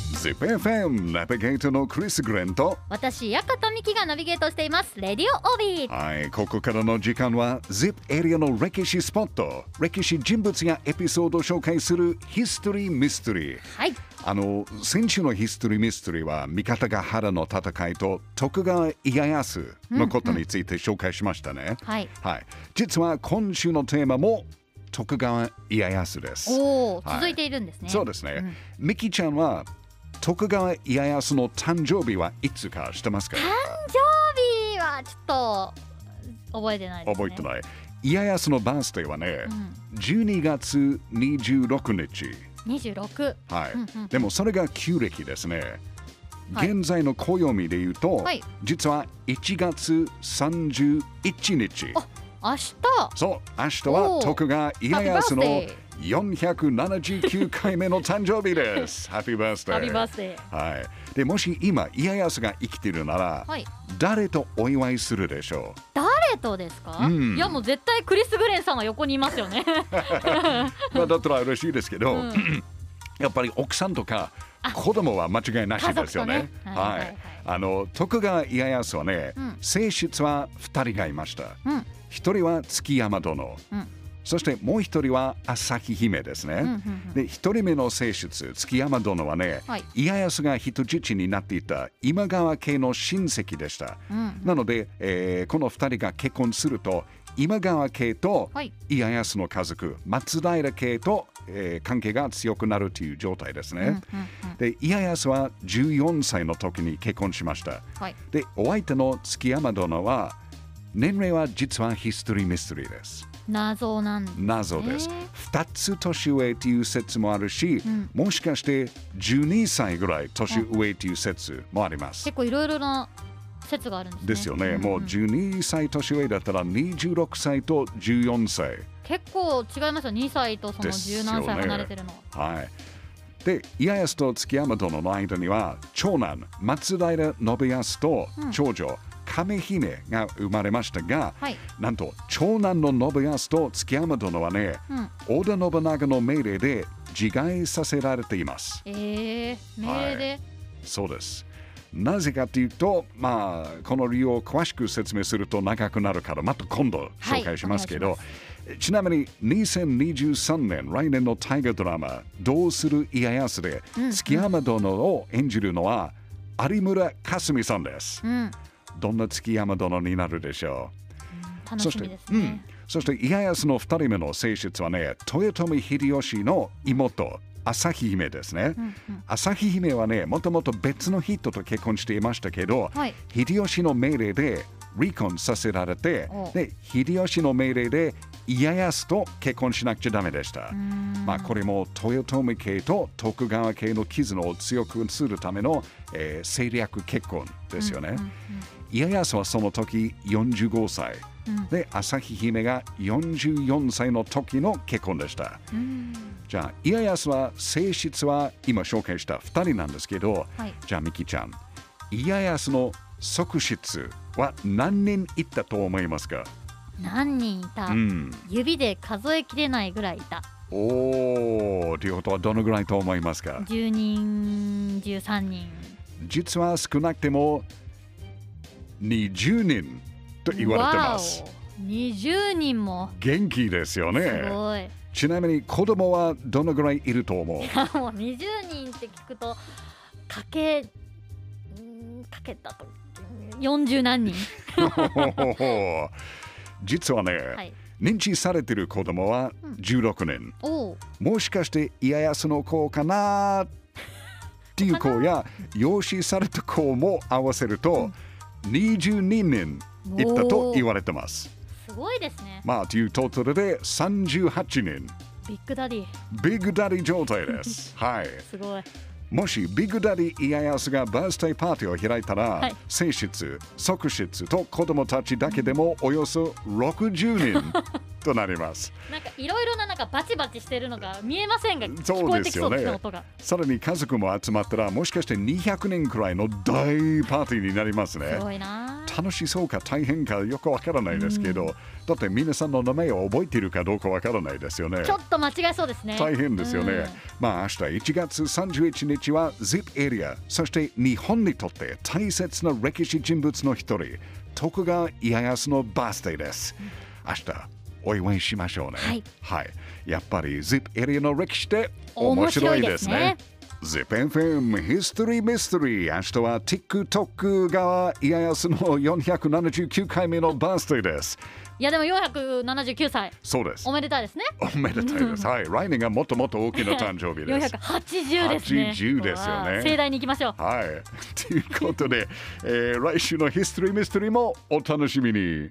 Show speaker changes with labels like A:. A: ZIPFM ナビゲートのクリス・グレント
B: 私ヤカトミキがナビゲートしていますレディオオビー
A: はいここからの時間は ZIP エリアの歴史スポット歴史人物やエピソードを紹介するヒストリー・ミステリー
B: はい
A: あの先週のヒストリーミステリーは三方ヶ原の戦いと徳川家康のことについて紹介しましたね、
B: はい
A: はい、実は今週のテーマも徳川家康です。
B: おお
A: はい
B: 続いているんですね、
A: そうですね。ミキちゃんは徳川家康の誕生日はいつか知ってますか
B: 誕生日はちょっと覚えてないですね
A: 覚えてない。家康のバースデーはね、12月26日。
B: 26
A: はい、
B: うんうん
A: でもそれが旧暦ですね。
B: はい
A: 現在の暦で言うと、
B: はい
A: 実は1月31日。
B: 明日
A: そう、明日は
B: おー
A: 徳川家康の
B: Happy
A: 479回目の誕生日 です。ハッピーバースデー。
B: 旅バースデー
A: はい。で、もし今家康が生きているなら、
B: はい
A: 誰とお祝いするでしょ
B: 誰とですか、
A: うん
B: いやもう絶対クリス・グレンさんが横にいます よね
A: う。まあだったら嬉しいですけど、
B: うん
A: やっぱり奥さんとか子供は間違いなしですよね。
B: 家族とね
A: は
B: はいはいはい
A: い。あの徳川家康はね、
B: うん
A: 正室は二人がいました。
B: うん
A: 一人は築山殿、
B: うん
A: そしてもう一人は旭姫ですね。
B: うんうんうん
A: で一人目の正室築山殿はね、
B: はい
A: 家康が人質になっていた今川家の親戚でした。
B: うん
A: なので、えーこの二人が結婚すると今川家と
B: はい
A: 家康の家族松平家と、えー関係が強くなるという状態ですね。
B: うんうん
A: で家康は14歳の時に結婚しました。
B: はい
A: でお相手の築山殿は年齢は実はヒストリーミステリーです
B: 謎なんで
A: 謎です
B: へえ
A: 2つ年上という説もあるし、
B: ん
A: もしかして12歳ぐらい年上という説もあります、
B: 結構いろいろな説があるんですね
A: ですよね、
B: んん
A: もう12歳年上だったら26歳と14歳
B: 結構違いますよ2歳とその
A: ですよ
B: 十
A: ね
B: 何歳離れてるのは、
A: はいで家康と築山殿の間には長男松平信康と長女、亀姫が生まれましたが、
B: はい
A: なんと長男の信康と築山殿はね、
B: うん
A: 織田信長の命令で自害させられています。
B: ええー、命令で、
A: そうです。なぜかというと、まあ、この理由を詳しく説明すると長くなるから、また今度紹介しますけど、
B: はいお
A: ちなみに2023年、来年の大河ドラマ、どうする家康で、
B: うん
A: 築山殿を演じるのは、有村架純さんです。
B: うん
A: どんな築山殿になるでしょう
B: 楽
A: そし
B: してみです
A: う
B: ね
A: ん、そして家康の2人目の正室はね豊臣秀吉の妹朝日姫ですね、
B: うんうん
A: 朝日姫はねもともと別の人と結婚していましたけど、
B: はい
A: 秀吉の命令で離婚させられて
B: お
A: で秀吉の命令で家康と結婚しなくちゃダメでした、まあ、これも豊臣家と徳川家の絆を強くするための、えー政略結婚ですよね、家康はその時45歳、で朝日姫が44歳の時の結婚でした、じゃあ家康は性質は今紹介した2人なんですけど、
B: はい
A: じゃあミキちゃん家康の側室は何人いったと思いますか
B: 何人いた、
A: うん
B: 指で数えきれないぐらいいた
A: おーということはどのぐらいと思いますか
B: 10人13人
A: 実は少なくても20人と言われてます
B: わお20人も
A: 元気ですよ
B: す
A: ね
B: ごい、
A: ちなみに子供はどのぐらいいると思う
B: あもう20人って聞くとかけんかけたと40何人
A: 実はね、
B: はい
A: 認知されている子供は16人、
B: おお
A: もしかして家康の子か なっていう子や養子された子も合わせると22人いったと言われてます。
B: すごいですね
A: まあというトータルで38人
B: ビッグダディ
A: ビッグダディ状態 です。はい、
B: すごい
A: もしビッグダディ家康がバースデーパーティーを開いたら、
B: はい
A: 正室、側室と子供たちだけでもおよそ60人 となります。
B: なんかいろいろななんかバチバチしてるのが見えませんが聞
A: そう
B: こえ
A: で
B: てき
A: す
B: そ
A: よ
B: うですね
A: ね
B: 音が。
A: さらに家族も集まったらもしかして200人くらいの大パーティーになりますね
B: す。ごいな
A: 楽しそうか大変かよくわからないですけど、だって皆さんの名前を覚えているかどうかわからないですよね。
B: ちょっと間違えそうですね。
A: 大変ですよね。
B: うん
A: まあ明日1月31日は ZIP エリア、そして日本にとって大切な歴史人物の一人、徳川家康のバースデーです。明日お祝いしましょうね。
B: はい
A: やっぱり ZIP エリアの歴史って面
B: 面
A: 白
B: 白
A: い
B: い
A: で
B: ですす
A: ね
B: ね。
A: ZIPFM History Mystery 明日は TikTok 川家康の479回目のバースデーです。
B: いやでも479歳
A: そうです
B: お。めでたいですね。
A: おめでたいです。はい。来年がもっともっと大きな誕生 日です。
B: 480ですね。
A: 80ですよね
B: うわ盛大に行きましょ う。
A: はい。ということで、えー来週の History Mystery もお楽しみに。